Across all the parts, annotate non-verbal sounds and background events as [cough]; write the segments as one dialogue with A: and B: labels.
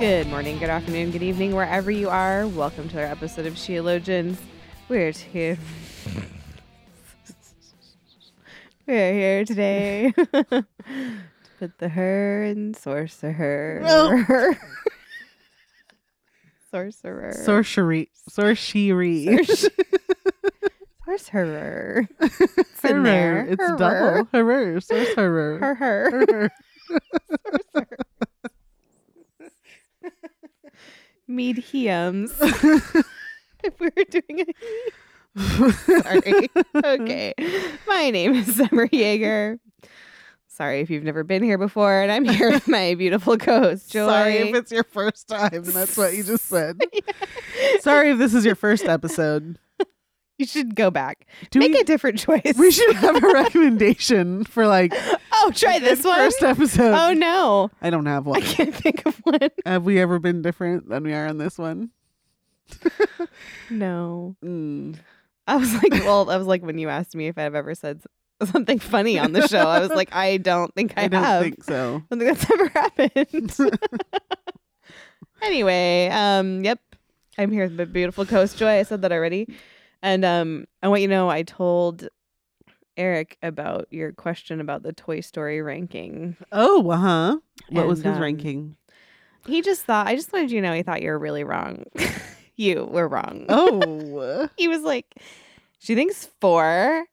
A: Good morning, good afternoon, good evening, wherever you are. Welcome to our episode of Sheologians. We're here. [laughs] We're here today [laughs] to put the her in sorcerer. [laughs] sorcerer.
B: Sorcery. Sorcery.
A: sorcerer.
B: It's, [laughs]
A: in there.
B: it's
A: Her.
B: double. Hurrer.
A: Her
B: [laughs] Sorcerer.
A: her.
B: Hurrer.
A: [laughs] Mediums. if we were doing it. Sorry. [laughs] okay. My name is Summer Yeager. Sorry if you've never been here before, and I'm here with my beautiful co-host, Joy.
B: [laughs] Sorry if it's your first time. and That's what you just
A: [laughs]
B: said. Sorry if this is your first episode.
A: you should go back.
B: Do
A: Make
B: we,
A: a different choice.
B: we should have a recommendation for like
A: [laughs] oh, try this
B: good
A: one.
B: first episode.
A: oh no,
B: I don't have
A: I
B: one.
A: can't think of one.
B: Have we ever been different than we are on this one?
A: No,
B: Mm.
A: I was like, well, I was like when you asked me if I've ever said s- something funny on the show. I
B: [laughs]
A: was like, I don't think I,
B: I don't
A: have. [laughs]
B: think so.
A: I don't think that's ever happened. anyway, um, yep, I'm here with my beautiful coast Joy. I said that already, and um, I want you to know I told Eric about your question about the Toy Story ranking.
B: Oh, uh huh. What was
A: And,
B: his
A: um, [laughs]
B: ranking?
A: He just thought I just wanted you to know he thought you were really wrong. [laughs] you were wrong.
B: Oh.
A: He was like, she thinks four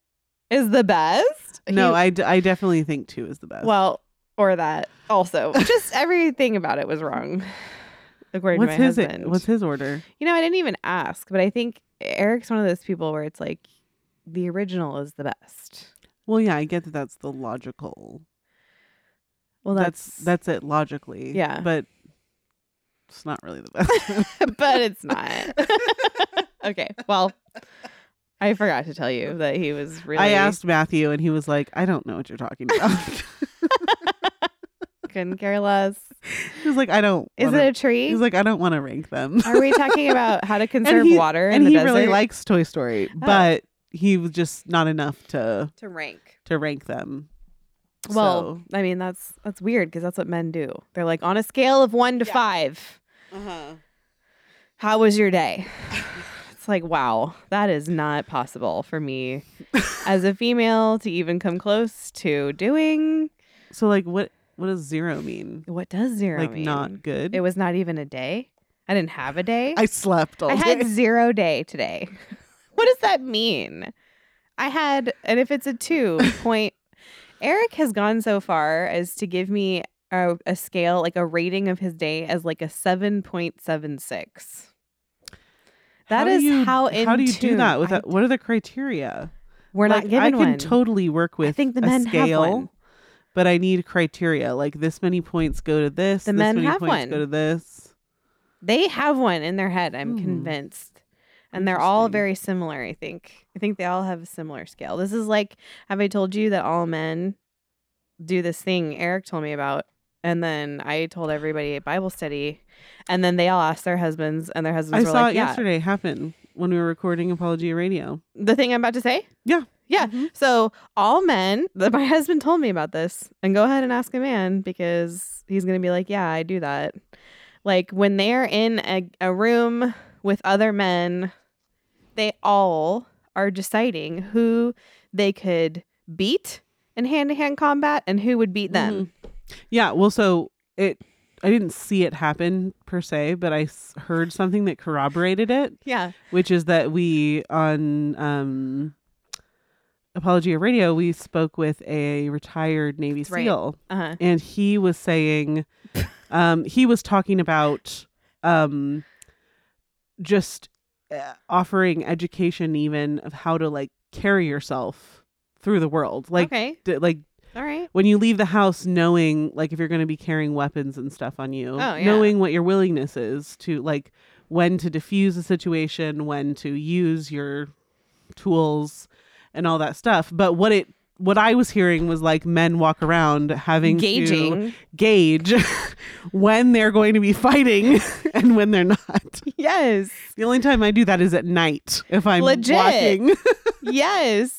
A: is the best.
B: No,
A: He-
B: I, d- I definitely think two is the best.
A: well, or that
B: [laughs]
A: also. just everything about it was wrong. According
B: what's
A: to my
B: his
A: husband.
B: what's his order?
A: You know, I didn't even ask, but I think Eric's one of those people where it's like the original is the best.
B: Well, yeah, I get that that's the logical.
A: Well, [laughs]
B: that's that's it logically.
A: Yeah.
B: but it's not really the [laughs] best.
A: [laughs] but it's not. okay. Well, I forgot to tell you that he was really
B: I asked Matthew, and he was like, "I don't know what you're talking about."
A: [laughs] couldn't care less.
B: he was like, "I don't."
A: Is
B: wanna-
A: it
B: [laughs]
A: a tree?
B: He's like, "I don't want to rank them."
A: Are we talking about how to conserve
B: he-
A: water in
B: [laughs] and
A: the
B: he
A: desert?
B: really likes Toy Story,
A: Oh.
B: but he was just not enough to
A: to rank.
B: to rank them.
A: Well, I mean that's that's weird because that's what men do. They're like on a scale of one to five,
B: so, uh-huh.
A: how was your day? [sighs] It's like wow, that is not possible for
B: [laughs]
A: me as a female to even come close to doing.
B: so like, what what does zero mean?
A: What does zero
B: like,
A: mean?
B: not good.
A: It was not even a day. I didn't have a day.
B: I slept all
A: I had [laughs]
B: day.
A: zero day today. what does that mean? I had, and if it's a [laughs] two point, Eric has gone so far as to give me a, a scale, like a rating of his day as like a 7.76. That
B: do
A: is
B: you-
A: how in
B: how do you do
A: tune
B: that? With
A: I-
B: that? what are the criteria?
A: we're
B: like,
A: not given
B: I can
A: one.
B: totally work with.
A: think the
B: a
A: men have
B: scale,
A: one.
B: but I need criteria. Like this many points go to this.
A: The
B: this
A: men
B: many
A: have
B: points
A: one.
B: Go to this.
A: they have one in their head. I'm
B: Hmm.
A: convinced. And they're all
B: Interesting.
A: very similar, I think. I think they all have a similar scale. This is like, have I told you that all men do this thing Eric told me about? And then I told everybody at Bible study. And then they all asked their husbands, and their husbands
B: I
A: were
B: saw
A: like,
B: it
A: yeah.
B: yesterday happen when we were recording Apology Radio.
A: The thing I'm about to say?
B: Yeah.
A: Yeah.
B: Mhm.
A: So all men, [laughs] th- my husband told me about this, and go ahead and ask a man because he's gonna be like, yeah, I do that. Like when they're in a, a room with other men, they all are deciding who they could beat in hand to hand combat and who would beat them.
B: Mm-hmm. Yeah. Well, so it. I didn't see it happen per se, but I s- heard something that corroborated it,
A: Yeah.
B: which is that we on um, Apology Radio we spoke with a retired Navy
A: Right.
B: SEAL.
A: Uh huh.
B: and he was saying um he was talking about um just uh, offering education even of how to like carry yourself through the world like
A: okay.
B: d- like
A: All right.
B: when you leave the house knowing like if you're going to be carrying weapons and stuff on you
A: Oh, yeah.
B: knowing what your willingness is to like when to diffuse a situation when to use your tools and all that stuff but what it what i was hearing was like men walk around having to
A: Gauging.
B: gauge [laughs] when they're going to be fighting [laughs] and when they're not
A: Yes.
B: the only time i do that is at night if i'm
A: Legit.
B: walking
A: yes.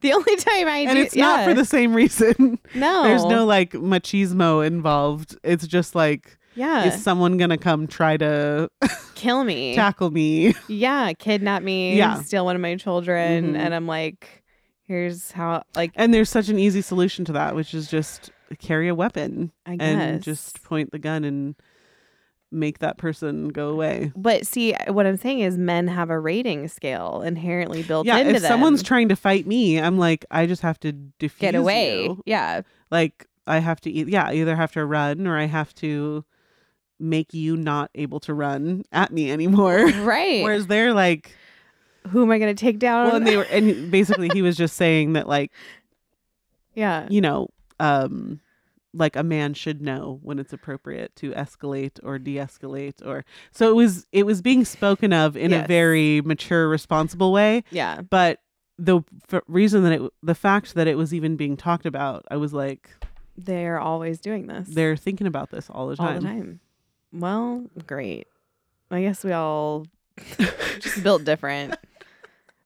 A: The only time I
B: and
A: do,
B: it's not for
A: yeah.
B: the same reason
A: No.
B: There's no like machismo involved. It's just like,
A: Yeah.
B: is someone gonna come try to
A: Kill me.
B: tackle me? [laughs]
A: yeah. Kidnap me.
B: Yeah.
A: Steal one of my children.
B: Mhm.
A: And I'm like, here's how, like,
B: And there's such an easy solution to that, which is just carry a weapon
A: I guess.
B: and just point the gun and make that person go away.
A: But see, what I'm saying is men have a rating scale inherently built
B: yeah,
A: into
B: if
A: them.
B: someone's trying to fight me, I'm like, I just have to defuse
A: get away.
B: you.
A: Yeah.
B: Like I have to, e- yeah, I either have to run or I have to make you not able to run at me anymore.
A: Right.
B: [laughs] Whereas they're like.
A: Who am I going to take down?
B: well, and they were,
A: [laughs]
B: and basically he was just saying that, like,
A: yeah.
B: you know, um, like a man should know when it's appropriate to escalate or de-escalate, or so it was. It was being spoken of in
A: Yes.
B: a very mature, responsible way,
A: Yeah.
B: but the f- reason that it, the fact that it was even being talked about, I was like,
A: They're always doing this.
B: they're thinking about this all the
A: all
B: time.
A: the time. Well, great. I guess we
B: [laughs]
A: all just built different.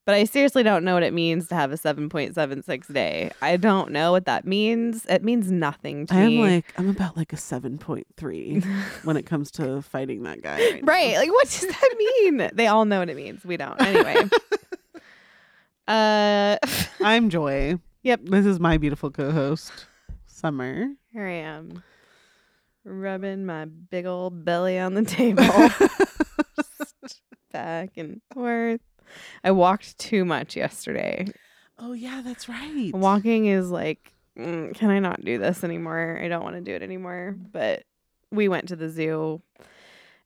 A: But I seriously don't know what it means to have a 7.76 day. I don't know what that means. It means nothing to
B: I am
A: me.
B: like, I'm about like a seven point three when it comes to fighting that guy. Right.
A: [laughs]
B: now.
A: right. Like, what does that mean? they all know what it means. We don't.
B: [laughs]
A: Anyway. uh, [laughs]
B: I'm Joy.
A: Yep.
B: This is my beautiful co-host, Summer.
A: here I am, rubbing my big old belly on the table.
B: [laughs]
A: Just back and forth. I walked too much yesterday.
B: [laughs] Oh yeah, that's right.
A: Walking is like, mm, can I not do this anymore? I don't want to do it anymore. But we went to the zoo,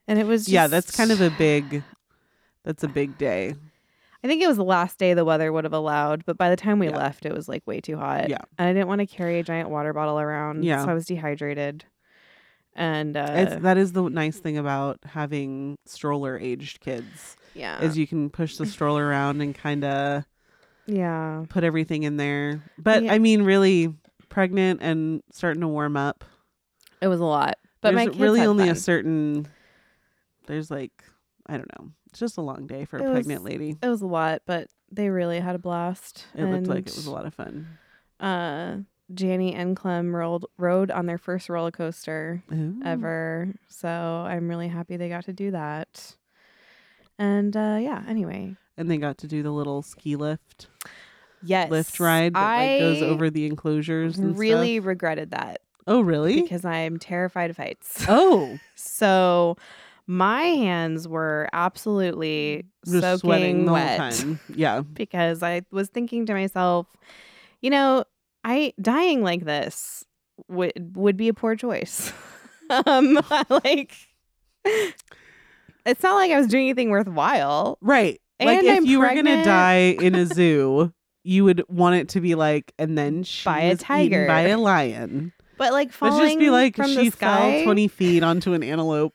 A: and it was just,
B: yeah, that's kind of a big. That's a big day.
A: I think it was the last day the weather would have allowed, but by the time we
B: Yeah.
A: left, it was like way too hot.
B: Yeah.
A: and I didn't want to carry a giant water bottle around.
B: Yeah.
A: so I was dehydrated, and uh,
B: It's, that is the nice thing about having stroller aged kids
A: yeah,
B: is you can push the stroller around and kind of
A: yeah,
B: put everything in there. But
A: Yeah.
B: I mean, really, pregnant and starting to warm up.
A: it was a lot. But my
B: there's
A: kids
B: really
A: had
B: only a
A: fun.
B: certain. There's like I don't know. It's just a long day for a
A: It was-
B: pregnant lady.
A: it was a lot, but they really had a blast.
B: It looked like it
A: and-
B: was a lot of fun.
A: uh Janny and Clem rolled rode on their first roller coaster ever. So I'm really happy they got to do that. And uh yeah, anyway.
B: And they got to do the little ski lift
A: Yes.
B: lift ride that like goes
A: I
B: over the enclosures and
A: really
B: stuff.
A: regretted that
B: Oh, really?
A: because I'm terrified of heights.
B: oh,
A: [laughs] So my hands were absolutely
B: just
A: soaking
B: sweating the
A: wet.
B: whole time. Yeah,
A: because I was thinking to myself, you know, I dying like this would would be a poor choice. [laughs] um, [laughs] like it's not like I was doing anything worthwhile.
B: right. Like
A: And
B: if
A: I'm
B: you were gonna
A: pregnant.
B: die
A: [laughs]
B: in a zoo, you would want it to be like, and then she
A: By a
B: was eaten
A: tiger.
B: by a lion.
A: But like
B: Let's
A: falling
B: just be like
A: from
B: she
A: the sky,
B: fell twenty feet onto an antelope.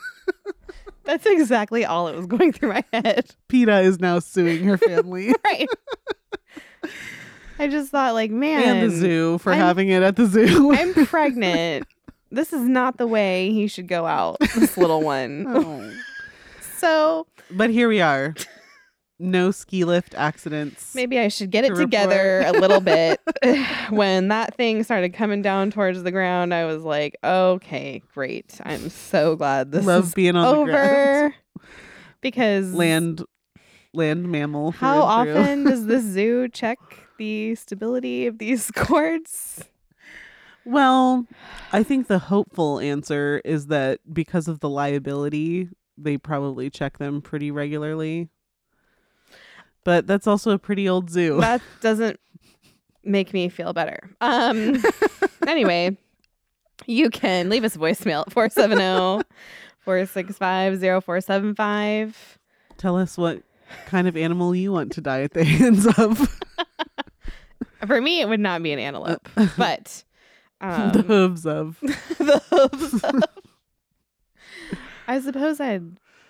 B: [laughs]
A: that's exactly all it was going through my head. [laughs]
B: Peta is now suing her family
A: Right. I just thought, like, man,
B: and the zoo for
A: I'm-
B: having it at the zoo.
A: I'm [laughs] pregnant. this is not the way he should go out. This little
B: [laughs]
A: one.
B: [laughs] Oh.
A: So
B: But here we are. No ski lift accidents.
A: Maybe I should get
B: to
A: it together a little
B: [laughs]
A: bit. [laughs] when that thing started coming down towards the ground, I was like, okay, great. I'm so glad this
B: Love
A: is
B: being on the ground.
A: over. Because
B: Land, land mammal. through
A: how
B: and through.
A: often
B: [laughs]
A: does this zoo check the stability of these [laughs] cords?
B: Well, I think the hopeful answer is that because of the liability, they probably check them pretty regularly. But that's also a pretty old zoo.
A: That doesn't make me feel better.
B: [laughs]
A: Um anyway, you can leave us a voicemail at oh, 470 465 0475.
B: [laughs] Tell us what kind of animal you want to die at the hands of.
A: For me, it would not be an antelope,
B: [laughs]
A: but um,
B: Uh, the hooves of.
A: [laughs] the hooves of- I suppose I'd.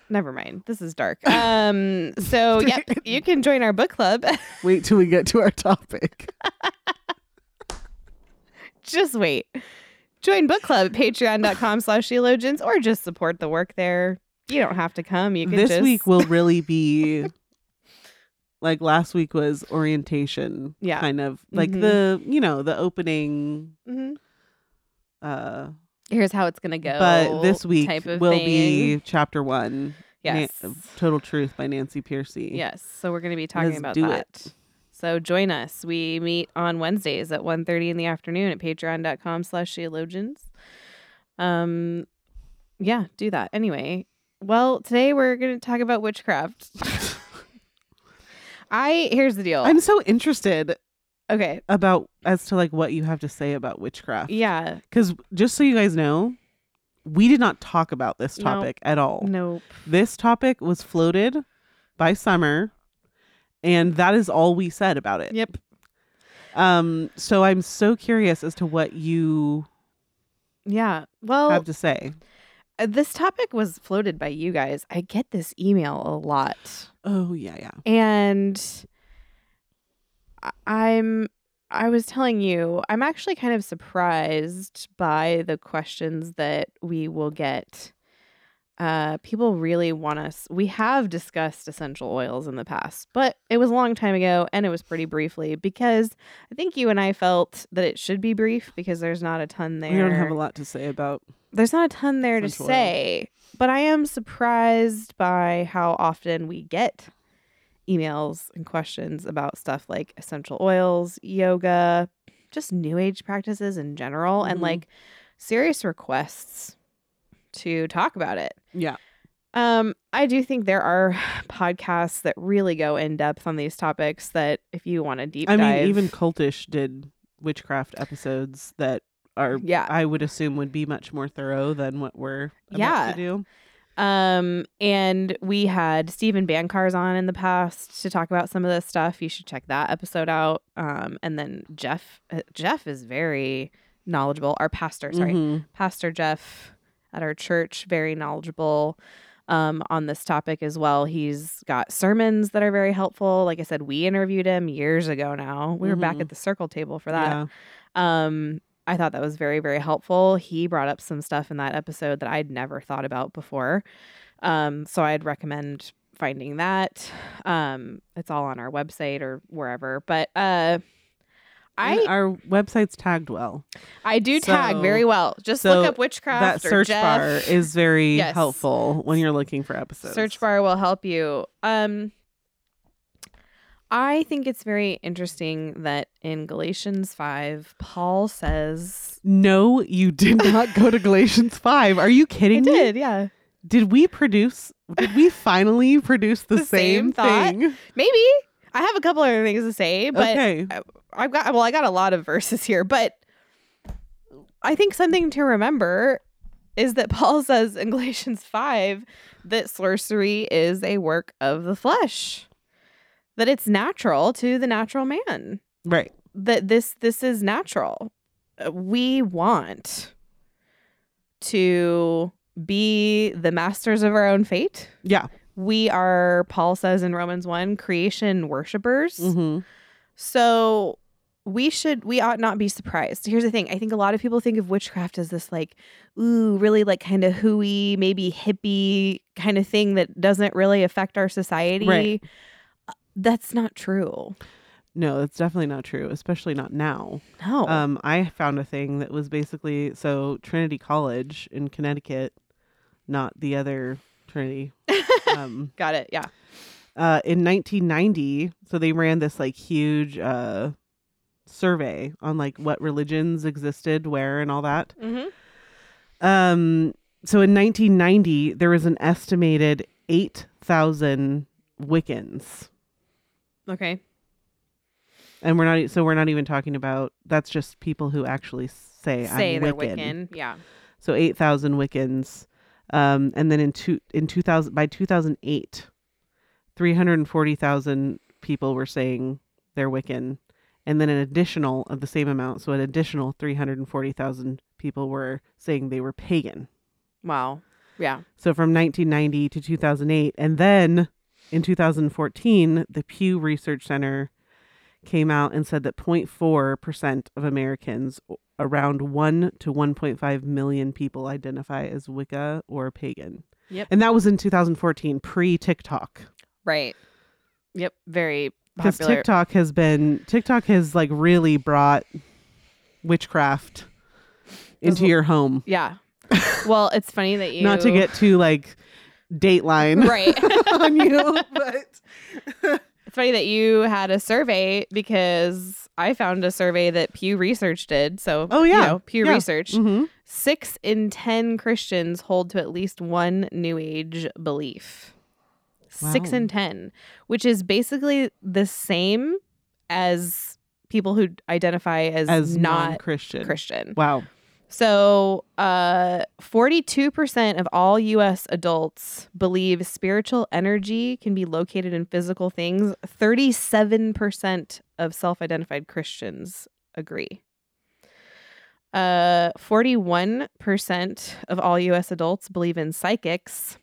A: Never mind. This is dark. Um.
B: [laughs]
A: So yep, you can join our book club. [laughs]
B: Wait till we get to our topic.
A: just wait. Join book club at patreon.com slash theologians or just support the work there. You don't have to come. You can
B: this
A: just
B: week will really be like last week was orientation.
A: Yeah.
B: Kind of like
A: Mhm.
B: the, you know, the opening
A: Mhm.
B: uh
A: here's how it's gonna go.
B: but this week
A: type of
B: will
A: thing.
B: be chapter 1
A: yes.
B: Nan- Total Truth by Nancy Piercy.
A: Yes. So we're going to be talking
B: Let's
A: about
B: do
A: that. So join us. We meet on Wednesdays at 1.30 in the afternoon at patreon.com slash theologians. Um, yeah, do that. Anyway, well, today we're going to talk about
B: [laughs]
A: witchcraft. I, here's the deal.
B: I'm so interested
A: okay.
B: about as to like what you have to say about witchcraft.
A: Yeah.
B: Cuz just so you guys know, we did not talk about this
A: No.
B: topic at all.
A: Nope.
B: This topic was floated by Summer and that is all we said about it.
A: Yep.
B: Um so I'm so curious as to what you
A: Yeah. Well,
B: have to say.
A: uh, this topic was floated by you guys. I get this email a lot.
B: Oh yeah, yeah.
A: and I- i'm i was telling you i'm actually kind of surprised by the questions that we will get uh people really want us we have discussed essential oils in the past but it was a long time ago and it was pretty briefly because i think you and i felt that it should be brief because there's not a ton there
B: We don't have a lot to say about
A: there's not a ton there to
B: Essential oil.
A: say, but I am surprised by how often we get emails and questions about stuff like essential oils, yoga, just new age practices in general, and
B: Mhm.
A: like serious requests to talk about it.
B: Yeah.
A: Um, I do think there are [sighs] podcasts that really go in depth on these topics that if you want to deep
B: I
A: dive,
B: mean, even cultish did witchcraft episodes that are
A: yeah,
B: I would assume would be much more thorough than what we're about
A: Yeah.
B: to do.
A: Um, and we had Stephen Bancars on in the past to talk about some of this stuff. You should check that episode out. Um, and then Jeff, uh, Jeff is very knowledgeable. Our pastor, sorry,
B: Mhm.
A: Pastor Jeff at our church, very knowledgeable um, on this topic as well. He's got sermons that are very helpful. Like I said, we interviewed him years ago now. We were back
B: Mhm.
A: at the circle table for that. Um, I thought that was very, very helpful. He brought up some stuff in that episode that I'd never thought about before. Um, so I'd recommend finding that. Um, it's all on our website or wherever. But uh,
B: And
A: I
B: our website's tagged well.
A: I do tag
B: so-
A: very well. Just
B: so
A: look up witchcraft.
B: that search
A: or Jeff.
B: bar is very
A: Yes.
B: helpful when you're looking for episodes.
A: Search bar will help you. Um I think it's very interesting that in Galatians 5 Paul says
B: No,
A: [laughs]
B: you did not go to Galatians five. Are you kidding me?
A: yeah.
B: Did we produce? Did we finally produce the,
A: The same thought?
B: thing?
A: Maybe I have a couple other things to say, but
B: okay,
A: I've got well, I got a lot of verses here, but I think something to remember is that Paul [laughs] says in Galatians 5 that sorcery is a work of the flesh. That it's natural to the natural man.
B: right.
A: That this this is natural. Uh, We want to be the masters of our own fate.
B: Yeah.
A: We are, Paul says in Romans 1, creation worshipers.
B: hmm
A: So we should we ought not be surprised. Here's the thing. I think a lot of people think of witchcraft as this like, ooh, really like kind of hooey, maybe hippie kind of thing that doesn't really affect our society. Uh,
B: Right.
A: That's not true.
B: No, that's definitely not true, especially not now.
A: No.
B: Um, I found a thing that was basically so Trinity College in Connecticut, not the other
A: [laughs]
B: Trinity. um,
A: Got it. Yeah.
B: uh, in 1990, so they ran this like huge uh, survey on like what religions existed where and all that.
A: Mm-hmm.
B: Um, so in 1990, there was an estimated 8,000 Wiccans,
A: Okay.
B: and we're not e, so we're not even talking about that's just people who actually say
A: Say
B: I'm
A: they're
B: Wiccan.
A: Wiccan. Yeah.
B: so 8000 wiccans um, and then in two in 2000 by 2008 340000 people were saying they're wiccan and then an additional of the same amount. So an additional 340,000 people were saying they were pagan.
A: Wow. Yeah.
B: So from 1990 to 2008. And then in 2014, the Pew Research Center came out and said that 0.4% of Americans, o- around 1 to 1.5 million people, identify as Wicca or pagan.
A: Yep.
B: And that was in 2014, pre TikTok.
A: Right. Yep. Very
B: Because
A: popular.
B: TikTok has been, TikTok has like really brought witchcraft into your home. [laughs]
A: Yeah. well, it's funny that you
B: Not to get too like
A: [laughs]
B: dateline [laughs]
A: right.
B: on you, but
A: It's funny that you had a survey because I found a survey that Pew Research did. So,
B: Oh,
A: you
B: yeah.
A: know, Pew
B: Yeah.
A: Research.
B: Mhm.
A: Six in 10 Christians hold to at least one New Age belief. Six
B: Wow.
A: in 10, which is basically the same as people who identify as,
B: as
A: not
B: Christian.
A: Christian. [laughs]
B: Wow.
A: So, uh, 42% of all US adults believe spiritual energy can be located in physical things. 37% of self identified Christians agree. Uh, 41% of all US adults believe in psychics.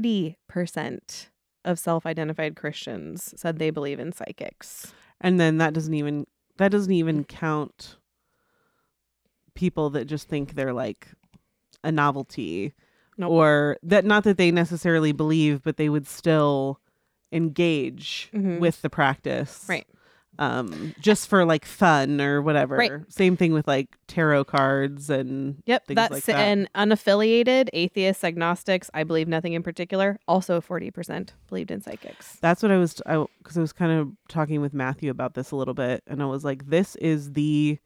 A: 40% of self identified Christians said they believe in psychics.
B: And then that doesn't even that doesn't even count people that just think they're like a novelty
A: Nope.
B: or that not that they necessarily believe but they would still engage
A: Mhm.
B: with the practice.
A: Right.
B: Um just for like fun or whatever. Same thing with like tarot cards and
A: Yep,
B: things
A: that's
B: like that.
A: and unaffiliated atheists, agnostics. I believe nothing in particular. Also, forty percent believed in psychics.
B: That's what I was I because I was kind of talking with Matthew about this a little bit, and I was like, "This is the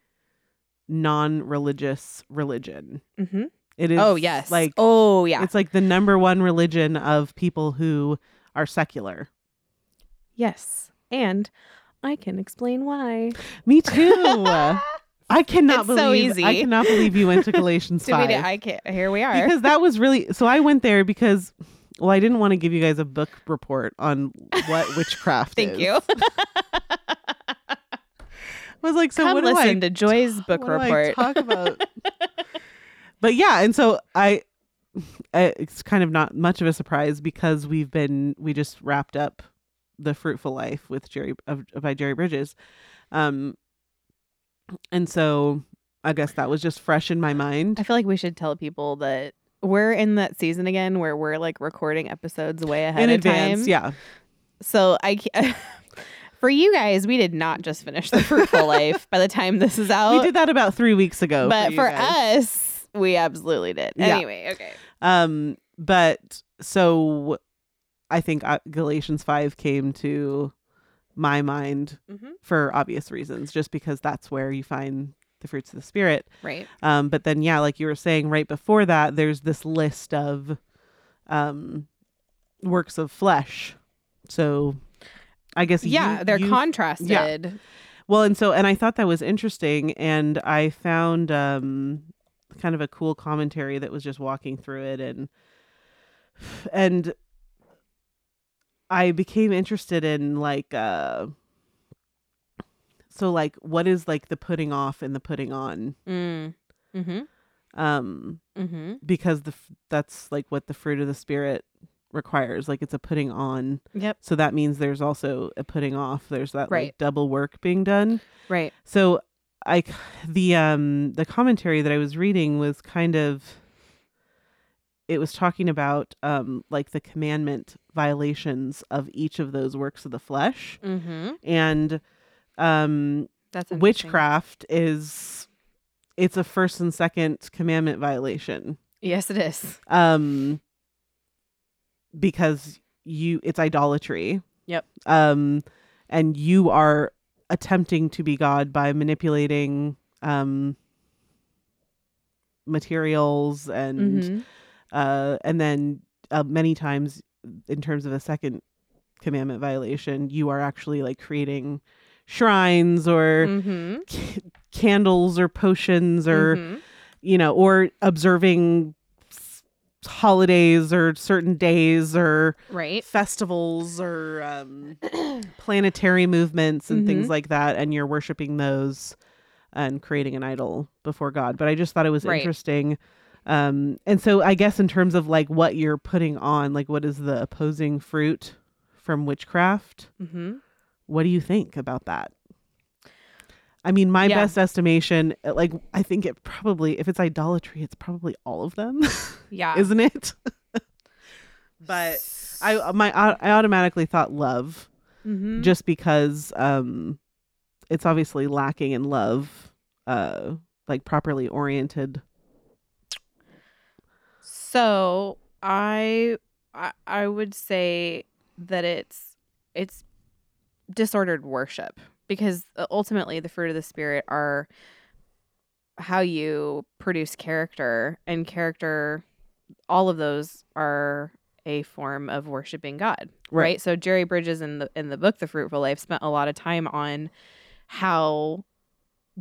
B: non-religious religion.
A: hmm
B: It is
A: Oh yes,
B: like
A: oh yeah,
B: it's like the number one religion of people who are secular.
A: yes. And I can explain why. [laughs]
B: Me too. I cannot
A: It's so
B: believe
A: easy.
B: I cannot believe
A: [laughs]
B: you went to Galatians
A: Did we-
B: five
A: I can't, here we are.
B: because that was really so. I went there because well, I didn't want to give you guys a book report on
A: [laughs]
B: what
A: [laughs]
B: witchcraft.
A: Thank
B: is.
A: you.
B: I was like, so
A: Come
B: what do I
A: listen to Joy's book
B: What do I
A: report. [laughs]
B: talk about. but yeah, and so I, I, it's kind of not much of a surprise because we've been we just wrapped up the fruitful life with Jerry of, by Jerry Bridges, um, and so I guess that was just fresh in my
A: I
B: mind.
A: feel like we should tell people that we're in that season again where we're like recording episodes way ahead
B: In
A: of
B: advance,
A: time.
B: yeah.
A: So I. ca- [laughs] For you guys, we did not just finish the
B: [laughs]
A: fruitful life by the time this is out.
B: we did that about three weeks ago.
A: Oh, but
B: Oh, you
A: for
B: guys.
A: us, we absolutely did.
B: Yeah.
A: Anyway, okay.
B: Um, but so I think uh, Galatians 5 came to my mind
A: Mhm.
B: for obvious reasons, just because that's where you find the fruits of the spirit.
A: Right.
B: Um, but then, yeah, like you were saying right before that, there's this list of um, works of flesh. So I guess,
A: yeah,
B: you-
A: they're
B: you-
A: contrasted.
B: well, and so, and I thought that was interesting, and I found um, kind of a cool commentary that was just walking through it, and and I became interested in like, uh, so like, what is like the putting off and the putting on,
A: Mm. Mm-hmm.
B: um,
A: Mm-hmm.
B: because the f- that's like what the fruit of the spirit requires, like it's a putting on,
A: Yep.
B: so that means there's also a putting off. There's that
A: Right.
B: like double work being done.
A: Right.
B: So I k- the um the commentary that I was reading was kind of it was talking about um like the commandment violations of each of those works of the flesh
A: Mm-hmm.
B: and um
A: That's interesting.
B: witchcraft is it's a first and second commandment violation
A: Yes, it is.
B: um because you it's idolatry
A: Yep.
B: um and you are attempting to be god by manipulating um materials and
A: Mhm.
B: uh and then uh, many times in terms of a second commandment violation you are actually like creating shrines or
A: Mhm.
B: c- candles or potions or
A: Mhm.
B: you know, or observing s- holidays or certain days or
A: Right.
B: festivals or um, planetary movements and things like that, and you're worshiping those and creating an idol before God. But I just thought it was
A: Right.
B: interesting. Um, and so I guess in terms of like what you're putting on, like what is the opposing fruit from witchcraft?
A: Mm-hmm.
B: What do you think about that? I mean, my
A: Yeah.
B: best estimation, uh, like I think it probably, if it's idolatry, it's probably all of them,
A: Yeah.
B: [laughs] isn't it? [laughs] but I, uh, my, I automatically thought love
A: uh, mm-hmm.
B: just because um it's obviously lacking in love uh like properly oriented
A: So I, I I would say that it's it's disordered worship because uh, ultimately the fruit of the spirit are how you produce character and character all of those are a form of worshiping God. Right.
B: Right.
A: So Jerry Bridges in the in the book The Fruitful Life spent a lot of time on how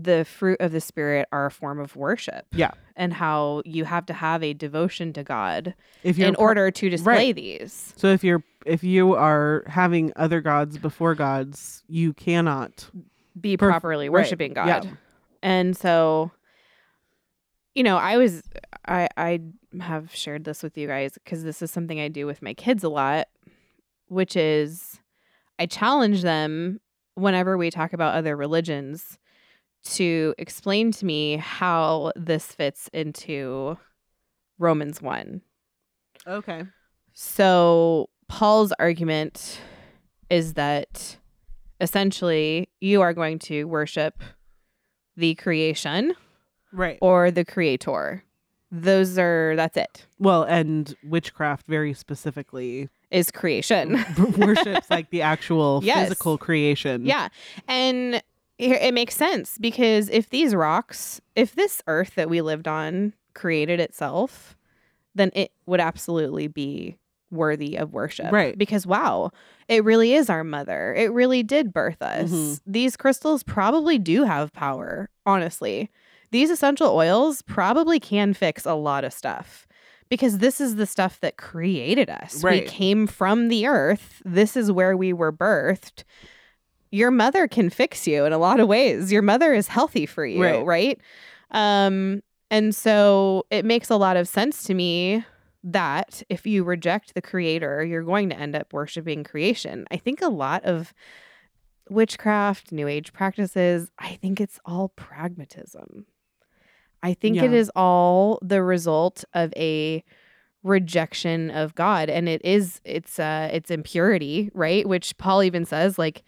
A: the fruit of the spirit are a form of worship.
B: Yeah.
A: And how you have to have a devotion to God
B: if you're
A: in order to display
B: right.
A: these.
B: so if you're if you are having other gods before gods you cannot
A: be
B: Perf-
A: properly
B: right,
A: worshiping
B: yeah.
A: God. And so you know, I was I I have shared this with you guys cuz this is something I do with my kids a lot, which is I challenge them whenever we talk about other religions to explain to me how this fits into Romans 1
B: okay
A: So Paul's argument is that essentially you are going to worship the creation
B: right
A: or the creator. Those are that's it.
B: well and witchcraft very specifically
A: Is
B: [laughs]
A: creation.
B: worships like the actual
A: [laughs] Yes.
B: physical creation
A: yeah. And here- it makes sense because if these rocks, if this earth that we lived on created itself, then it would absolutely be worthy of worship.
B: Right.
A: Because wow, it really is our mother. It really did birth us.
B: Mhm.
A: These crystals probably do have power, honestly. These essential oils probably can fix a lot of stuff because this is the stuff that created us.
B: Right.
A: We came from the earth. This is where we were birthed. Your mother can fix you in a lot of ways. Your mother is healthy for you,
B: Right.
A: right? Um and so it makes a lot of sense to me that if you reject the creator, you're going to end up worshiping creation. I think a lot of witchcraft, new age practices, I think it's all pragmatism. I think it
B: Yeah.
A: is all the result of a rejection of God and it is it's uh it's impurity, right? Which Paul even says like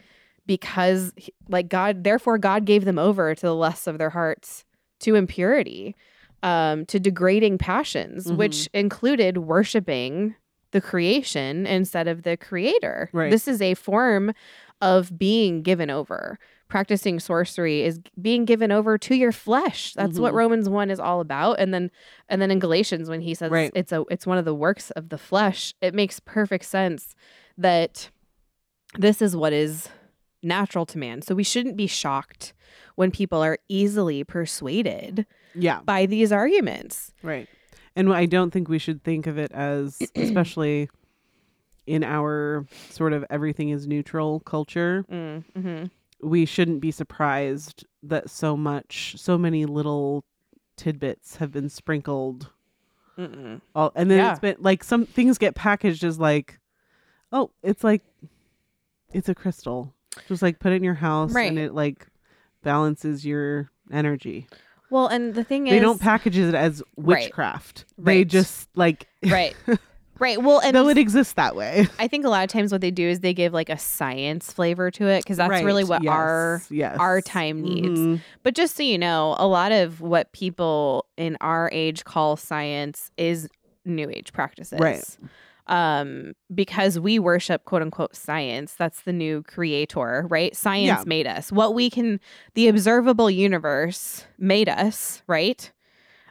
A: because he- like God therefore God gave them over to the lusts of their hearts to impurity um, to degrading passions, which included worshiping the creation instead of the creator.
B: Right.
A: This is a form of being given over. Practicing sorcery is being given over to your flesh. That's what
B: Mhm.
A: Romans 1 is all about. And then and then in Galatians when he says
B: Right.
A: it's a it's one of the works of the flesh, it makes perfect sense that this is what is natural to man. So we shouldn't be shocked when people are easily persuaded
B: yeah
A: by these arguments.
B: Right. And I don't think we should think of it as,
A: [clears throat]
B: especially in our sort of everything is neutral culture,
A: Mm-hmm.
B: we shouldn't be surprised that so much, so many little tidbits have been sprinkled.
A: Mm-mm.
B: All, and then
A: Yeah.
B: it's been like some things get packaged as like, oh, it's like, it's a crystal. Just like put it in your house
A: Right.
B: and it like balances your energy.
A: Well, and the thing is,
B: They don't package it as
A: Right.
B: witchcraft. They
A: Right.
B: just like [laughs]
A: [laughs] right, right. Well, and
B: though it exists that way.
A: I think a lot of times what they do is they give like a science flavor to it because that's
B: Right,
A: really what our
B: yes, yes.
A: our time needs.
B: Mhm.
A: But just so you know, a lot of what people in our age call science is new age practices. Um, because we worship quote unquote science. That's the new creator, right? Science
B: Yeah.
A: made us. What we can the observable universe made us, right?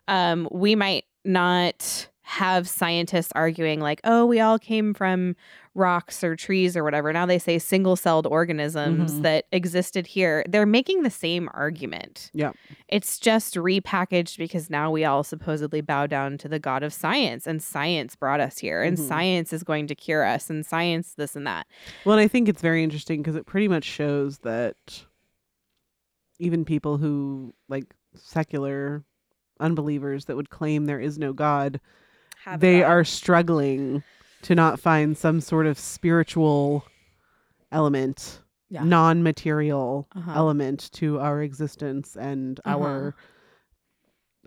A: Um, we might not have scientists arguing like, "Oh, we all came from rocks or trees or whatever." Now they say single-celled organisms
B: Mhm.
A: that existed here. They're making the same argument.
B: Yeah.
A: It's just repackaged because now we all supposedly bow down to the god of science and science brought us here and
B: Mhm.
A: science is going to cure us and science this and that.
B: Well, and I think it's very interesting because it pretty much shows that even people who like secular unbelievers that would claim there is no God, they are struggling to not find some sort of spiritual element,
A: Yeah.
B: non material
A: Uh-huh.
B: element to our existence and
A: Uh-huh.
B: our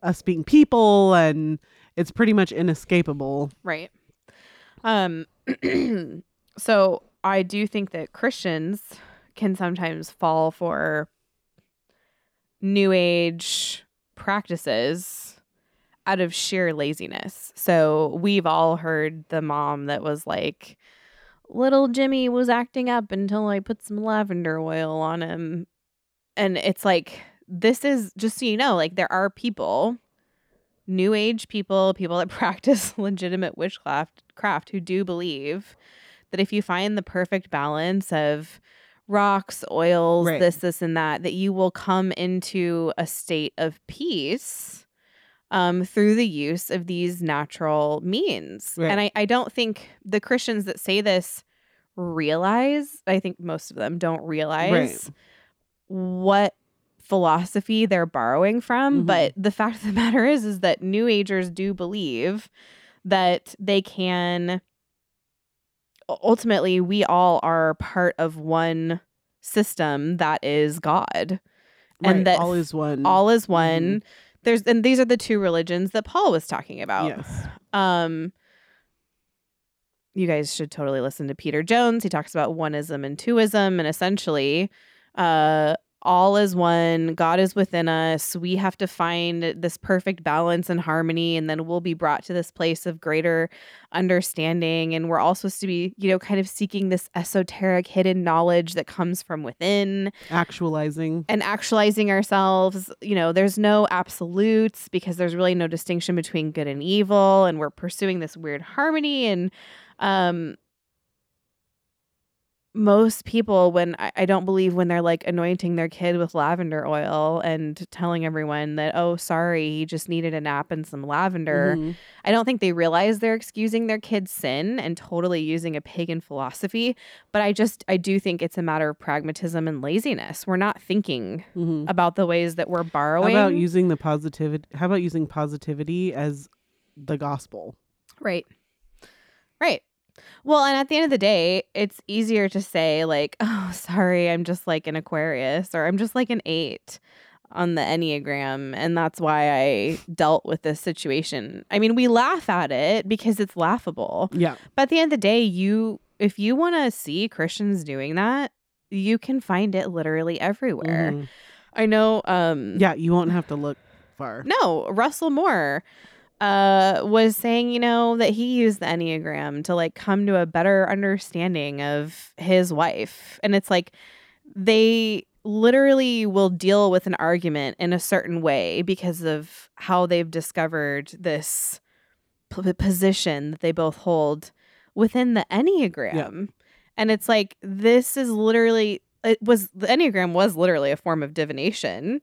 B: us being people and it's pretty much inescapable.
A: Right. Um [clears throat] so I do think that Christians can sometimes fall for new age practices out of sheer laziness. So we've all heard the mom that was like little Jimmy was acting up until I put some lavender oil on him. And it's like this is just so you know, like there are people new age people, people that [laughs] practice legitimate witchcraft craft who do believe that if you find the perfect balance of rocks, oils,
B: Right.
A: this, this, and that, that you will come into a state of peace um, through the use of these natural means.
B: Right.
A: And I, I don't think the Christians that say this realize, I think most of them don't realize what philosophy they're borrowing from
B: Mhm.
A: but the fact of the [laughs] matter is is that new agers do believe that they can u- ultimately we all are part of one system that is god and
B: Right,
A: that
B: all is one.
A: all is one there's and these are the two religions that paul was talking about
B: Yes.
A: um you guys should totally listen to Peter Jones. He talks about oneism and twoism and essentially uh all is one, God is within us. We have to find this perfect balance and harmony and then we'll be brought to this place of greater understanding and we're all supposed to be, you know, kind of seeking this esoteric hidden knowledge that comes from within
B: Actualizing.
A: and actualizing ourselves you know there's no absolutes because there's really no distinction between good and evil and we're pursuing this weird harmony and um most people when I, I don't believe when they're like anointing their kid with lavender oil and telling everyone that oh sorry he just needed a nap and some lavender
B: Mhm.
A: I don't think they realize they're excusing their kids' sin and totally using a pagan philosophy. But I just, I do think it's a matter of pragmatism and laziness. We're not thinking
B: Mhm.
A: about the ways that we're
B: How
A: borrowing.
B: about using the positivity? How about using positivity as the gospel?
A: Right. Right. Well, and at the end of the day, it's easier to say, like, [laughs] oh, sorry, I'm just like an Aquarius or I'm just like an eight on the Enneagram. And that's why I dealt with this situation. I mean, we laugh at it because it's laughable.
B: Yeah,
A: But at the end of the day, you if you want to see Christians doing that, you can find it literally everywhere.
B: Mhm.
A: I know um
B: yeah. You won't have to look far.
A: no, Russell Moore uh was saying, you know, that he used the Enneagram to like come to a better understanding of his wife. And it's like they literally will deal with an argument in a certain way because of how they've discovered this p- position that they both hold within the Enneagram. And it's like this is literally it was the Enneagram was literally a form of divination.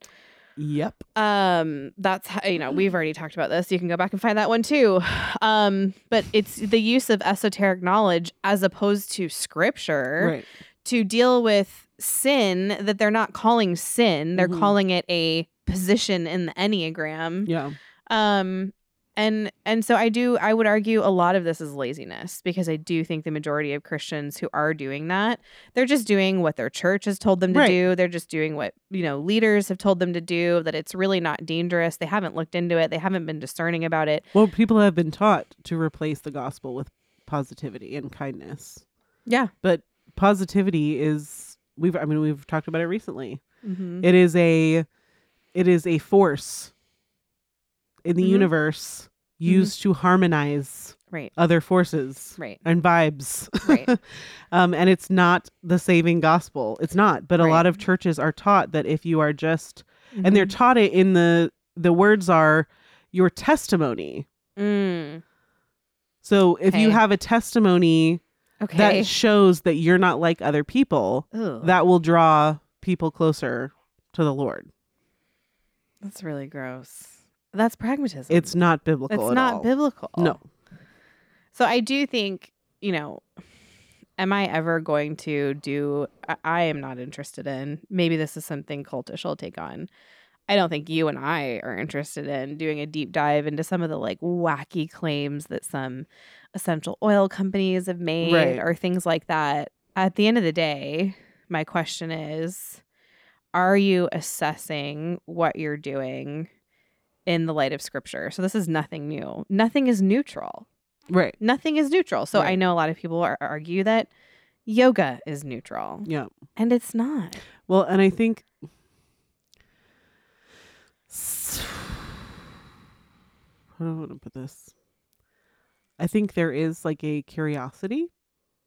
B: Yep.
A: Um, that's how, you know we've already talked about this. You can go back and find that one too. Um, but it's the use of esoteric knowledge as opposed to scripture
B: Right.
A: to deal with sin that they're not calling sin; they're
B: Mhm.
A: calling it a position in the enneagram.
B: Yeah.
A: Um, and and so I do. I would argue a lot of this is laziness because I do think the majority of Christians who are doing that, they're just doing what their church has told them to
B: Right.
A: do. They're just doing what you know leaders have told them to do. That it's really not dangerous. They haven't looked into it. They haven't been discerning about it.
B: Well, people have been taught to replace the gospel with positivity and kindness.
A: Yeah.
B: But positivity is we've. I mean, we've talked about it recently.
A: Mm-hmm.
B: It is a, it is a force in the
A: Mhm.
B: universe used to
A: Mm-hmm.
B: harmonize
A: Right.
B: other forces [laughs]
A: Right.
B: and vibes.
A: Right.
B: um, and it's not the saving gospel. It's not. But a
A: Right.
B: lot of churches are taught that if you are just, and
A: Mm-hmm.
B: they're taught it in the the words are your testimony.
A: Mhm. Mm.
B: So if you
A: Okay.
B: have a testimony
A: Okay.
B: that shows that you're not like other people,
A: Ooh,
B: that will draw people closer to the Lord.
A: that's really gross. That's pragmatism.
B: It's not biblical.
A: it's
B: at
A: not
B: all.
A: biblical.
B: No.
A: So I do think, you know, am I ever going to do? I, I am not interested in. Maybe this is something cultish will take on. I don't think you and I are interested in doing a deep dive into some of the like wacky claims that some essential oil companies have made
B: Right.
A: or things like that. At the end of the day, my question is are you assessing what you're doing in the light of scripture? So this is nothing new. Nothing is neutral
B: Right.
A: nothing is neutral. So I
B: Right.
A: know a lot of people are, argue that yoga is neutral,
B: Yeah.
A: and it's not.
B: Well, and I think [sighs] I don't want to put this. I think there is like a curiosity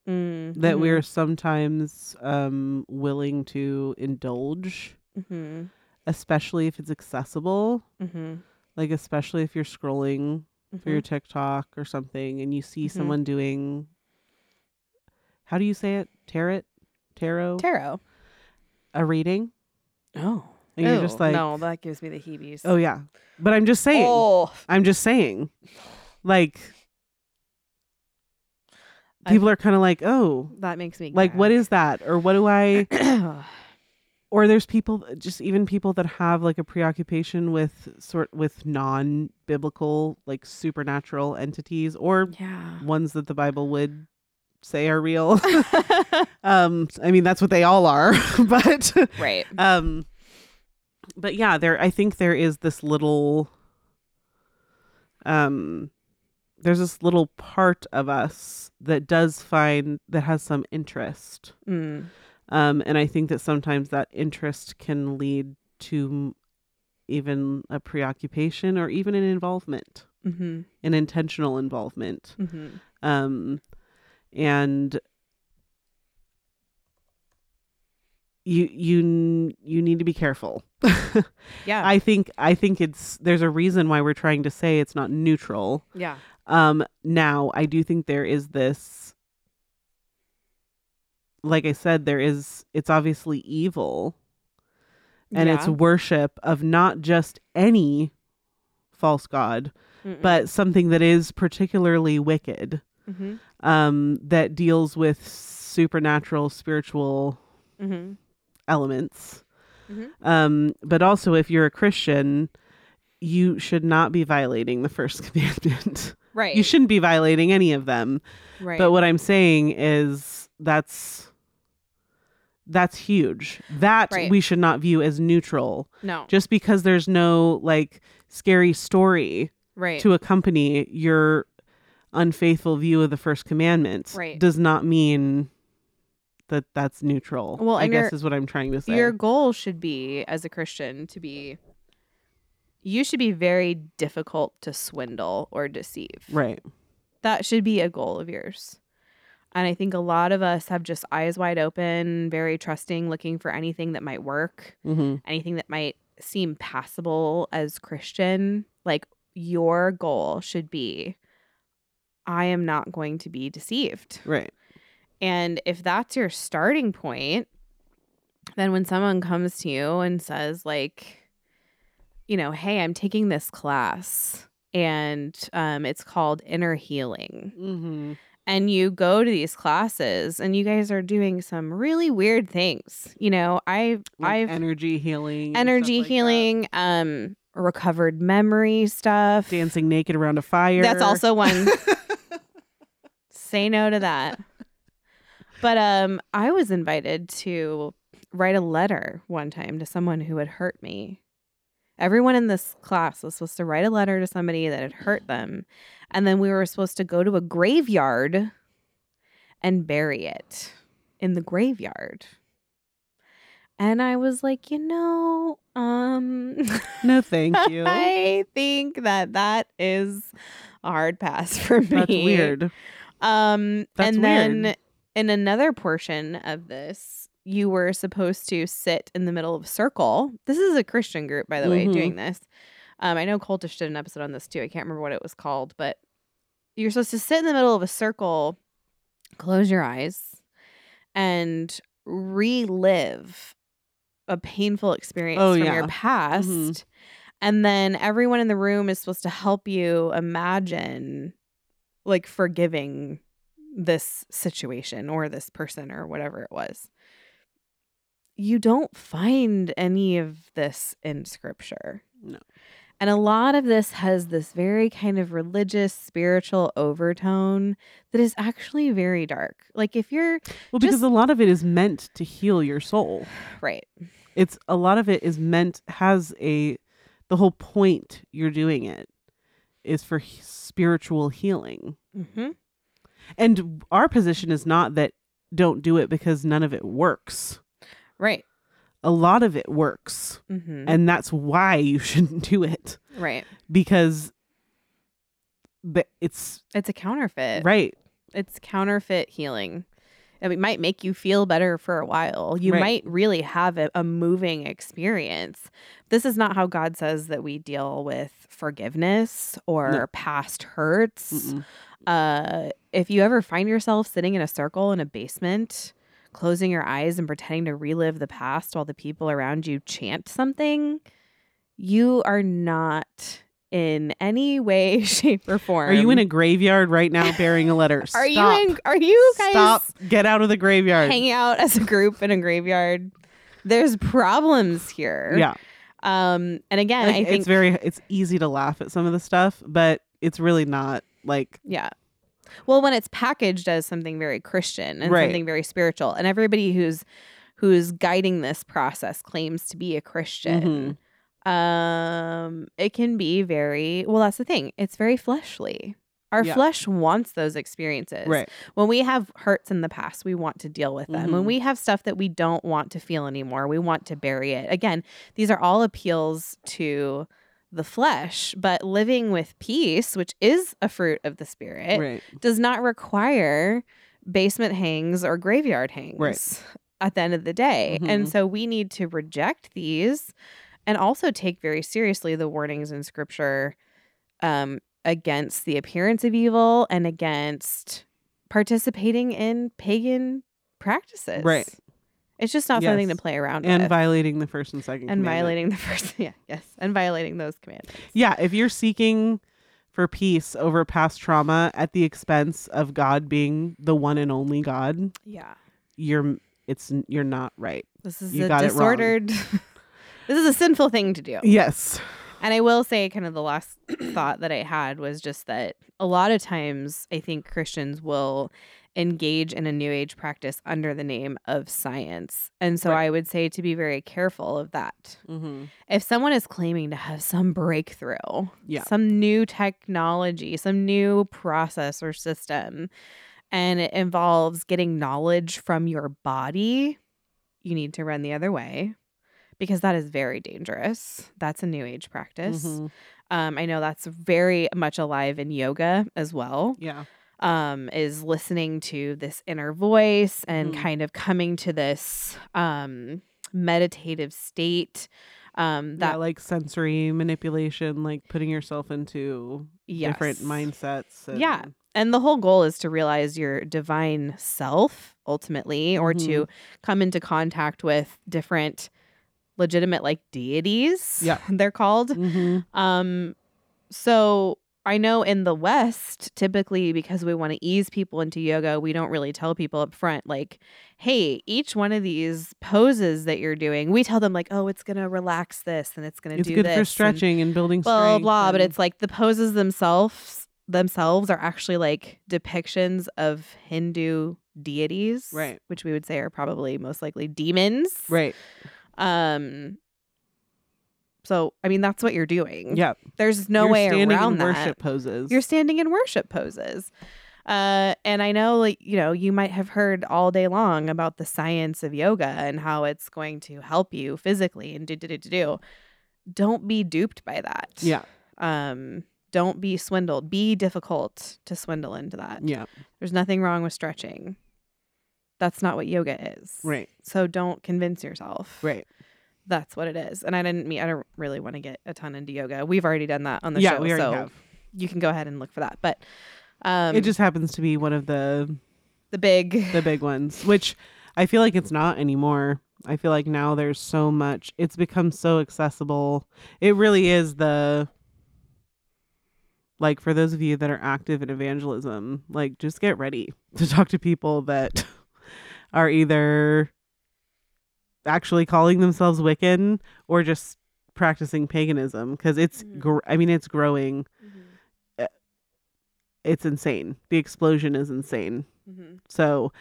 A: Mm,
B: that we're sometimes um, willing to indulge,
A: mhm,
B: especially if it's accessible.
A: mhm,
B: Like especially if you're scrolling
A: mhm,
B: through your TikTok or something and you see
A: Mhm.
B: someone doing. How do you say it? Tarot, tarot,
A: mhm. tarot.
B: a reading,
A: Oh,
B: and you're just like,
A: no, that gives me the heebies.
B: oh yeah. But I'm just saying.
A: Oh,
B: I'm just saying. [sighs] Like
A: I've-
B: people are kind of like, "Oh,
A: that makes me
B: like
A: [clears throat]
B: what is that?" or what do I
A: gag.
B: or there's people just even people that have like a preoccupation with sort with non-biblical like supernatural entities or
A: yeah.
B: ones that the Bible would say are [laughs] real. um I mean, that's what they all are, [laughs] but
A: right.
B: um but yeah there i think there is this little um there's this little part of us that does find that has some interest
A: Mm,
B: um and i think that sometimes that interest can lead to m- even a preoccupation or even an involvement
A: hmm
B: an intentional involvement
A: hmm
B: um and you you n- you need to be careful [laughs]
A: Yeah.
B: I think I think it's there's a reason why we're trying to say it's not neutral.
A: yeah.
B: Um now I do think there is this like I said there is it's obviously evil and it's
A: Yeah.
B: worship of not just any false god
A: Mm-mm.
B: but something that is particularly wicked
A: Mhm,
B: um that deals with supernatural spiritual
A: mhm,
B: elements.
A: Mhm.
B: Um, but also, if you're a Christian, you should not be violating the first [laughs] commandment.
A: right.
B: you shouldn't be violating any of them.
A: Right.
B: But what I'm saying is that's that's huge. That
A: Right.
B: we should not view as neutral.
A: no.
B: Just because there's no like scary story
A: right.
B: to accompany your unfaithful view of the first commandment
A: Right.
B: does not mean that that's neutral.
A: Well,
B: I
A: and
B: guess
A: you're-
B: is what I'm trying to say.
A: Your goal should be as a Christian to be you should be very difficult to swindle or deceive.
B: Right.
A: That should be a goal of yours. And I think a lot of us have just eyes wide open, very trusting, looking for anything that might work,
B: Mm-hmm.
A: anything that might seem passable as Christian. Like your goal should be I am not going to be deceived.
B: Right.
A: And if that's your starting point, then when someone comes to you and says, like, you know, hey, I'm taking this class and um, it's called Inner Healing.
B: Mm-hmm.
A: And you go to these classes and you guys are doing some really weird things. You know, I, I've
B: energy healing, and
A: energy
B: stuff like that.
A: healing, um, recovered memory stuff.
B: dancing naked around a fire.
A: That's also one. Say no to that. But um I was invited to write a letter one time to someone who had hurt me. Everyone in this class was supposed to write a letter to somebody that had hurt them, and then we were supposed to go to a graveyard and bury it in the graveyard. And I was like, you know, um
B: [laughs]
A: [laughs]
B: no, thank you.
A: I think that that is a hard pass for me.
B: That's weird.
A: Um,
B: That's
A: and then
B: weird.
A: in another portion of this, you were supposed to sit in the middle of a circle. This is a Christian group, by the way,
B: Mhm.
A: doing this. Um, I know Cultish did an episode on this too. I can't remember what it was called, but you're supposed to sit in the middle of a circle, close your eyes, and relive a painful experience
B: Oh,
A: from
B: yeah.
A: your past.
B: Mhm.
A: And then everyone in the room is supposed to help you imagine like forgiving this situation or this person or whatever it was. You don't find any of this in scripture.
B: No.
A: And a lot of this has this very kind of religious, spiritual overtone that is actually very dark. Like, if
B: [sighs]
A: you're
B: Well, because
A: Just-
B: a lot of it is meant to heal your soul.
A: right,
B: It's a lot of it is meant has a the whole point you're doing it is for he- spiritual healing.
A: mm-hmm.
B: And our position is not that don't do it because none of it works.
A: right,
B: A lot of it works,
A: mm-hmm.
B: and that's why you [laughs] shouldn't do it
A: right,
B: because the- it's
A: it's a counterfeit.
B: right.
A: it's counterfeit healing. I mean, It might make you feel better for a while. You
B: Right.
A: might really have a, a moving experience. This is not how God says that we deal with forgiveness or
B: No.
A: past hurts.
B: Mm-mm.
A: Uh, if you ever find yourself sitting in a circle in a basement, closing your eyes and pretending to relive the past while the people around you chant something, you are not in any way, [laughs] shape, or form.
B: Are you in a graveyard right now burying a letter?
A: Um, [laughs] Are
B: Stop.
A: you in? Are you guys?
B: Stop. Get out of the graveyard.
A: hang out as a group in a graveyard. There's problems here.
B: Yeah.
A: Um. And again,
B: Like,
A: I think
B: it's very it's easy to laugh at some of the stuff, but it's really not like
A: yeah. Well, when it's packaged as something very Christian and
B: Right.
A: something very spiritual, and everybody who's who's guiding this process claims to be a Christian,
B: Mm-hmm.
A: um, it can be very well. That's the thing. It's very fleshly. Our
B: Yeah.
A: flesh wants those experiences.
B: right.
A: when we have hurts in the past, we want to deal with them. When
B: Mhm.
A: we have stuff that we don't want to feel anymore, we want to bury it. Again, these are all appeals to the flesh, but living with peace, which is a fruit of the spirit,
B: right.
A: does not require basement hangs or graveyard hangs at the end of the day. And
B: Mhm.
A: so we need to reject these and also take very seriously the warnings in scripture um, against the appearance of evil and against participating in pagan practices.
B: Right.
A: It's just not something to
B: Yes.
A: play around
B: And
A: with.
B: violating the first and second
A: and
B: commandment.
A: violating the [laughs] first, yeah, yes, and violating those commandments.
B: Yeah, if you're seeking for peace over past trauma at the expense of God being the one and only God,
A: Yeah.
B: you're it's you're not right.
A: This is
B: You
A: a
B: got it wrong.
A: disordered. [laughs] this is a sinful thing to do.
B: Yes.
A: And I will say, kind of the last [clears throat] thought that I had was just that a lot of times I think Christians will engage in a new age practice under the name of science. And so
B: Right.
A: I would say to be very careful of that.
B: Mm-hmm.
A: If someone is claiming to have some breakthrough,
B: Yeah.
A: some new technology, some new process or system, and it involves getting knowledge from your body, you need to run the other way because that is very dangerous. That's a new age practice.
B: Mm-hmm.
A: Um, I know that's very much alive in yoga as well.
B: Yeah.
A: Um, is listening to this inner voice and
B: Mhm.
A: kind of coming to this um, meditative state. Um,
B: That
A: that
B: like sensory manipulation, like putting yourself into
A: yes.
B: different mindsets. And,
A: Yeah. And the whole goal is to realize your divine self ultimately, or
B: Mm-hmm.
A: to come into contact with different legitimate like deities.
B: Yeah.
A: [laughs] they're called.
B: Mhm.
A: Um, so I know in the West, typically because we want to ease people into yoga, we don't really tell people up front, like, hey, each one of these poses that you're doing, we tell them, like, oh, it's going to relax this and it's going to
B: It's
A: do
B: good
A: this.
B: for
A: and
B: stretching and, building
A: Blah, blah,
B: strength
A: blah. But
B: and-
A: it's like the poses themselves themselves are actually like depictions of Hindu deities.
B: Right.
A: Which we would say are probably most likely demons.
B: right.
A: Um so I mean that's what you're doing.
B: Yeah.
A: There's no
B: You're
A: way
B: standing
A: around
B: in
A: that.
B: worship poses.
A: You're standing in worship poses. Uh, and I know, like, you know, you might have heard all day long about the science of yoga and how it's going to help you physically and do, do, do, do, do. Don't be duped by that.
B: yeah,
A: Um, don't be swindled. Be difficult to swindle into that.
B: yeah,
A: There's nothing wrong with stretching. That's not what yoga is.
B: right,
A: So don't convince yourself
B: right.
A: that's what it is. And I didn't mean I don't really want to get a ton into yoga. We've already done that on the
B: yeah,
A: show.
B: we already
A: so
B: have.
A: you can go ahead and look for that. But Um,
B: it just happens to be one of the
A: the big [laughs]
B: the big ones, which I feel like it's not anymore. I feel like now there's so much. It's become so accessible. It really is the like for those of you that are active in evangelism, like just get ready [laughs] to talk to people that [laughs] are either actually calling themselves Wiccan or just practicing paganism because it's
A: Mhm.
B: gr- I mean it's growing. It's insane. The explosion is insane. So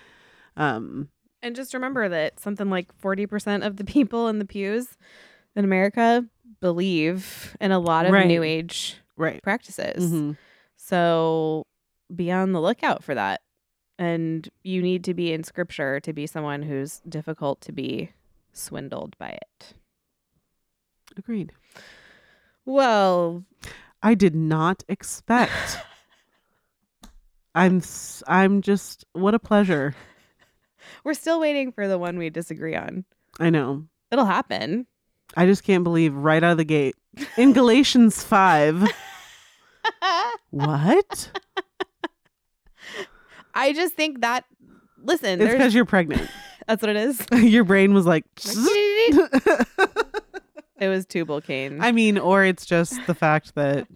B: um
A: Mm-hmm. And just remember that something like 40% of the [laughs] people in the pews in America believe in a lot of
B: Right.
A: new age
B: right.
A: practices.
B: Mhm.
A: So be on the lookout for that. And you need to be in scripture to be someone who's difficult to be swindled by it.
B: Agreed.
A: Well,
B: I did not
A: [laughs]
B: expect. I'm s- I'm just what a pleasure.
A: we're still waiting for the one we disagree on.
B: I know.
A: It'll happen.
B: I just can't believe right out of the gate
A: [laughs]
B: in Galatians 5. What?
A: I just think that listen,
B: It's [laughs]
A: there's,
B: cuz you're pregnant.
A: that's what it is.
B: Your brain
A: [laughs]
B: was like
A: It was Tubal Cain.
B: I mean, or it's just the fact
A: [laughs]
B: that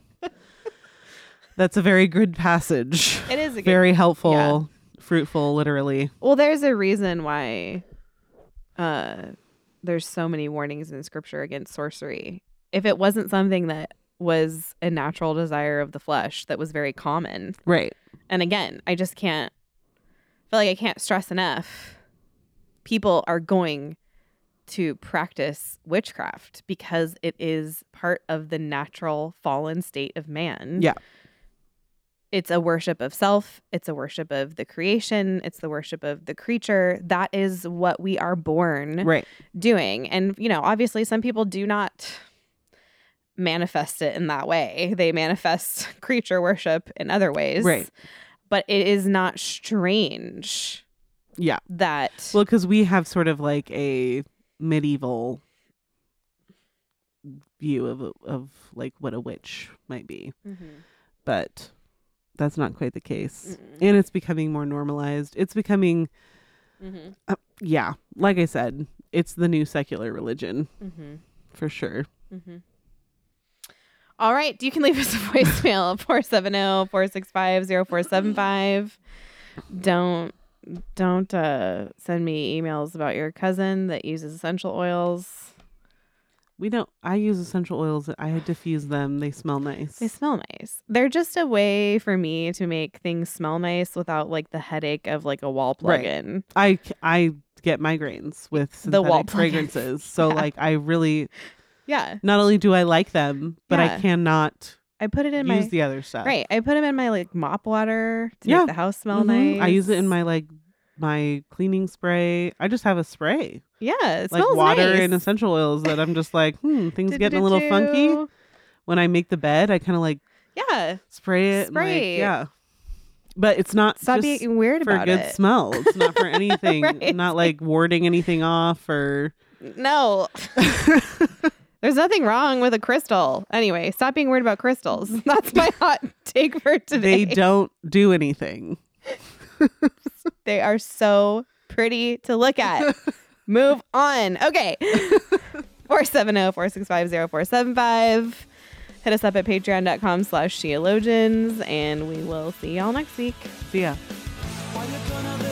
B: that's a very good passage.
A: it is a good
B: Very helpful, fruitful literally.
A: Well, there's a reason why uh there's so many warnings in scripture against sorcery. If it wasn't something that was a natural desire of the flesh that was very common.
B: Right.
A: And again, I just can't feel like I can't stress enough. People are going to practice witchcraft because it is part of the natural fallen state of man.
B: Yeah.
A: It's a worship of self, it's a worship of the creation, it's the worship of the creature. That is what we are born
B: Right.
A: doing. And, you know, obviously some people do not manifest it in that way. They manifest [laughs] creature worship in other ways.
B: Right.
A: But it is not strange
B: Yeah.
A: that
B: Well, because we have sort of like a medieval view of of like what a witch might be, but that's not quite the case,
A: Mm-mm.
B: and it's becoming more normalized. It's becoming,
A: Mm-hmm.
B: uh, yeah, like I said, it's the new secular religion for sure.
A: All right. You can leave us a [laughs] voicemail oh, 470 465 0475. Don't don't uh, send me emails about your cousin that uses essential oils.
B: We don't. I use essential oils. I diffuse them. They smell nice.
A: They smell nice. They're just a way for me to make things smell nice without like the headache of like a wall
B: Right.
A: plug-in.
B: I c- I get migraines with
A: The
B: synthetic
A: wall plug-in.
B: fragrances.
A: [laughs]
B: So
A: Yeah.
B: like I really
A: Yeah,
B: not only do I like them, but
A: Yeah.
B: I cannot
A: I put it in
B: use
A: my
B: the other stuff.
A: right. I put them in my like mop water to
B: Yeah.
A: make the house smell
B: Mhm.
A: nice.
B: I use it in my like my cleaning spray. I just have a spray
A: yeah, it
B: like
A: smells
B: water
A: nice.
B: and essential oils that I'm just like,
A: [laughs]
B: hmm, things getting a little funky.
A: Do-do-do-do.
B: When I make the bed, I kind of like
A: Yeah,
B: spray it. and, like,
A: Spray.
B: yeah. But it's not
A: stop
B: just
A: being weird
B: for
A: about
B: good
A: it.
B: smell. It's not
A: [laughs]
B: for anything.
A: Right.
B: I'm not like warding anything off
A: [laughs]
B: or
A: no, there's nothing wrong with a crystal. Anyway, stop being weird about crystals. [laughs] That's my hot take for today.
B: they don't do anything.
A: They are so pretty to look at. Move on. Okay. oh, 470-465-0475. Hit us up at patreon.com slash theologians, and we will see y'all next week.
B: So yeah.
C: Are you gonna